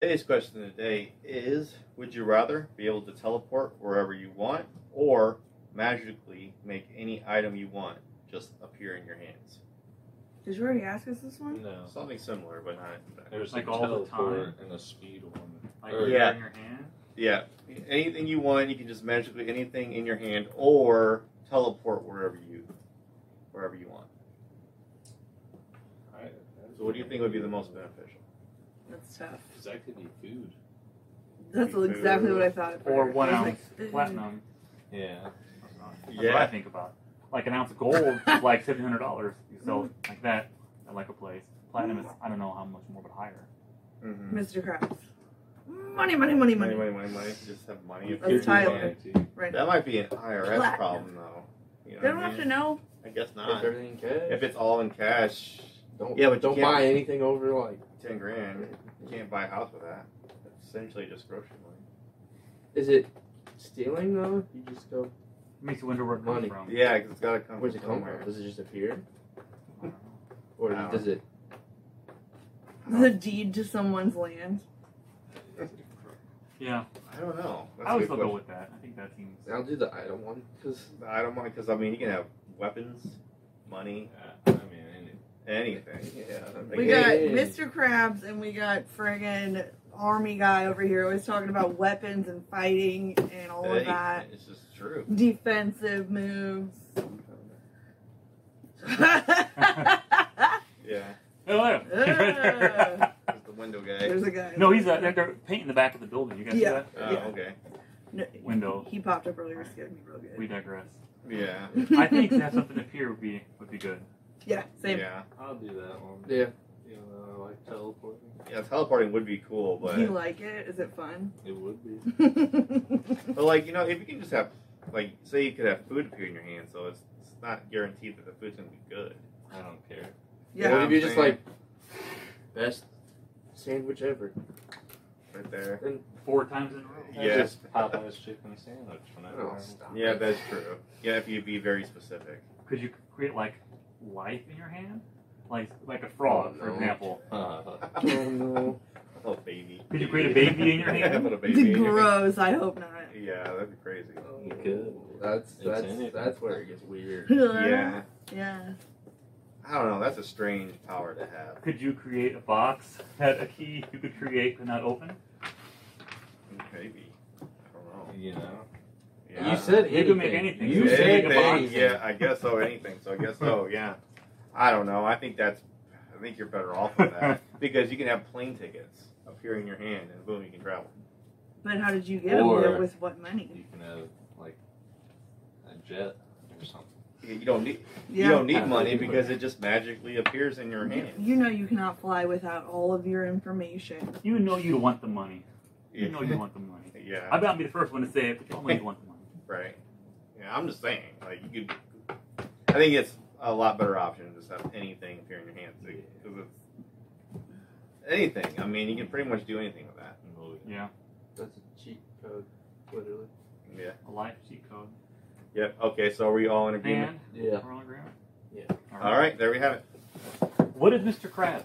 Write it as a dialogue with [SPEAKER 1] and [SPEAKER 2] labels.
[SPEAKER 1] Today's question of the day is Would you rather be able to teleport wherever you want or magically make any item you want just appear in your hands?
[SPEAKER 2] Did you already ask us this one?
[SPEAKER 3] No.
[SPEAKER 1] Something similar, but not.
[SPEAKER 3] There's
[SPEAKER 4] Like
[SPEAKER 3] a
[SPEAKER 4] all the
[SPEAKER 3] teleport and a speed one.
[SPEAKER 4] Like
[SPEAKER 3] Or-
[SPEAKER 1] Yeah.
[SPEAKER 4] in your hand.
[SPEAKER 1] Yeah, anything you want, you can just magically anything in your hand or teleport wherever you wherever you want.
[SPEAKER 3] I-
[SPEAKER 1] So, what do you think would be the most beneficial?
[SPEAKER 2] That's tough.
[SPEAKER 3] Because that could be food.
[SPEAKER 2] That's exactly what I thought. at
[SPEAKER 4] Or
[SPEAKER 2] first.
[SPEAKER 4] one
[SPEAKER 2] I was
[SPEAKER 4] ounce
[SPEAKER 2] like,
[SPEAKER 4] platinum.
[SPEAKER 3] Yeah.
[SPEAKER 4] That's not- that's
[SPEAKER 1] Yeah.
[SPEAKER 4] what I think about. Like an ounce of gold is like seven hundred dollars. You sell it like that at like a place. Platinum is I don't know how much more, but higher.
[SPEAKER 2] "Ugh,
[SPEAKER 1] Mm-hmm.
[SPEAKER 2] Mr. Krabs. Money, money, money,
[SPEAKER 1] Money,
[SPEAKER 2] money.
[SPEAKER 1] money, money, money. Just have money.
[SPEAKER 3] You
[SPEAKER 2] That's
[SPEAKER 3] could do
[SPEAKER 2] Tyler.
[SPEAKER 3] that, too.
[SPEAKER 2] Right.
[SPEAKER 1] That might be an IRS
[SPEAKER 2] Platinum.
[SPEAKER 1] problem, though. You know
[SPEAKER 2] They
[SPEAKER 1] what
[SPEAKER 2] don't
[SPEAKER 1] I
[SPEAKER 2] have to
[SPEAKER 1] mean?
[SPEAKER 2] know.
[SPEAKER 1] I guess
[SPEAKER 5] If
[SPEAKER 1] not.
[SPEAKER 5] everything cash.
[SPEAKER 1] If it's all in cash,
[SPEAKER 5] don't
[SPEAKER 1] Yeah, but you
[SPEAKER 5] don't
[SPEAKER 1] can't-
[SPEAKER 5] buy anything over like
[SPEAKER 1] ten grand, you can't buy a house with that. That's essentially just grocery money.
[SPEAKER 5] is it stealing though? You just go
[SPEAKER 4] makes you wonder where it comes
[SPEAKER 5] Money.
[SPEAKER 4] from.
[SPEAKER 1] Yeah, because it's got to come
[SPEAKER 5] where's it
[SPEAKER 1] from
[SPEAKER 5] come
[SPEAKER 1] somewhere.
[SPEAKER 5] from? Does it just appear?
[SPEAKER 4] I don't know.
[SPEAKER 5] Or
[SPEAKER 1] Wow.
[SPEAKER 5] does it
[SPEAKER 2] The deed to someone's land.
[SPEAKER 4] Yeah.
[SPEAKER 1] I don't know. That's a
[SPEAKER 4] I always
[SPEAKER 1] good
[SPEAKER 4] still go
[SPEAKER 1] question.
[SPEAKER 4] with that. I think that seems
[SPEAKER 5] I'll do the item one because
[SPEAKER 1] I don't mind because I mean you can have weapons, money,
[SPEAKER 3] Uh, I mean, any-
[SPEAKER 1] anything.
[SPEAKER 5] yeah.
[SPEAKER 2] We
[SPEAKER 1] Yeah,
[SPEAKER 2] got
[SPEAKER 1] yeah,
[SPEAKER 2] Mr. Krabs and we got friggin' army guy over here always talking about weapons and fighting and all
[SPEAKER 1] Hey,
[SPEAKER 2] of that.
[SPEAKER 1] It's just true.
[SPEAKER 2] Defensive moves.
[SPEAKER 1] Yeah,
[SPEAKER 4] Hello.
[SPEAKER 2] Ugh.
[SPEAKER 1] it's the window guy.
[SPEAKER 2] There's a guy.
[SPEAKER 4] no, he's uh, they're- they're painting the back of the building. You guys see
[SPEAKER 2] Yeah.
[SPEAKER 4] that?
[SPEAKER 1] Oh,
[SPEAKER 2] yeah.
[SPEAKER 1] okay.
[SPEAKER 2] No,
[SPEAKER 4] Window.
[SPEAKER 2] He popped up earlier, scared me real good.
[SPEAKER 4] We digress.
[SPEAKER 1] Yeah.
[SPEAKER 4] I think to have something appear would be would be good.
[SPEAKER 2] yeah, same.
[SPEAKER 1] Yeah.
[SPEAKER 3] I'll do that one.
[SPEAKER 5] Yeah.
[SPEAKER 3] You know, I like teleporting.
[SPEAKER 1] Yeah. Teleporting would be cool,
[SPEAKER 2] Do you
[SPEAKER 1] but
[SPEAKER 2] like it? Is it fun?
[SPEAKER 3] It would be.
[SPEAKER 1] but like you know, if you can just have like say you could have food appear in your hand, so it's it's not guaranteed that the food's gonna be good.
[SPEAKER 3] I don't care.
[SPEAKER 2] yeah.
[SPEAKER 5] What if you just
[SPEAKER 1] Yeah.
[SPEAKER 5] like best sandwich ever?
[SPEAKER 1] Right there.
[SPEAKER 4] Four times in a row.
[SPEAKER 3] I
[SPEAKER 1] Yeah.
[SPEAKER 3] Just Popeye's chicken sandwich whenever.
[SPEAKER 5] Oh,
[SPEAKER 3] I'm-
[SPEAKER 5] stop.
[SPEAKER 1] Yeah, that's true. Yeah, if you be very specific.
[SPEAKER 4] Could you create like life in your hand? Like like a frog,
[SPEAKER 5] Oh,
[SPEAKER 4] for
[SPEAKER 5] no.
[SPEAKER 4] example.
[SPEAKER 3] Uh,
[SPEAKER 5] Oh no.
[SPEAKER 1] Oh, baby.
[SPEAKER 4] Could you create a baby in your hand?
[SPEAKER 1] Put a baby in your hand.
[SPEAKER 2] Gross. I hope not.
[SPEAKER 1] Yeah, that'd be crazy.
[SPEAKER 5] Oh,
[SPEAKER 3] You could.
[SPEAKER 5] That's
[SPEAKER 3] It's in
[SPEAKER 5] that's
[SPEAKER 3] it.
[SPEAKER 5] that's where it gets weird.
[SPEAKER 1] Yeah.
[SPEAKER 2] Yeah.
[SPEAKER 1] I don't know. That's a strange power to have.
[SPEAKER 4] Could you create a box that a key you could create but not open?
[SPEAKER 1] Maybe. I don't know.
[SPEAKER 3] you know.
[SPEAKER 1] Yeah.
[SPEAKER 5] You said
[SPEAKER 4] You can make anything.
[SPEAKER 5] You
[SPEAKER 4] Yeah,
[SPEAKER 5] said
[SPEAKER 4] anything,
[SPEAKER 5] anything.
[SPEAKER 1] Yeah, I guess so. Anything. So I guess so. Yeah. I don't know. I think that's. I think you're better off with that because you can have plane tickets appear in your hand and boom, you can travel.
[SPEAKER 2] But how did you get them
[SPEAKER 3] Or-
[SPEAKER 2] there? With what money?
[SPEAKER 3] You can have like a jet or something.
[SPEAKER 1] You you don't need.
[SPEAKER 2] Yeah.
[SPEAKER 1] You don't need money because it just magically appears in your hand.
[SPEAKER 2] You know you cannot fly without all of your information.
[SPEAKER 4] You know you want the money. You know you want the money. I
[SPEAKER 1] Yeah.
[SPEAKER 4] bet I'll be the first one to say it, but you know you want the money.
[SPEAKER 1] Right. Yeah. I'm just saying. Like you could. I think it's a lot better option to just have anything appear in your hand because it's anything. I mean, you can pretty much do anything with that.
[SPEAKER 3] Oh, yeah.
[SPEAKER 4] Yeah.
[SPEAKER 5] That's a cheat code, literally.
[SPEAKER 1] Yeah.
[SPEAKER 4] A life cheat code.
[SPEAKER 1] Yep. Okay. So are we all in agreement?
[SPEAKER 4] And
[SPEAKER 5] Yeah.
[SPEAKER 4] we're all agreement?
[SPEAKER 5] Yeah.
[SPEAKER 1] All right. There we have it.
[SPEAKER 4] What is Mr. Crab?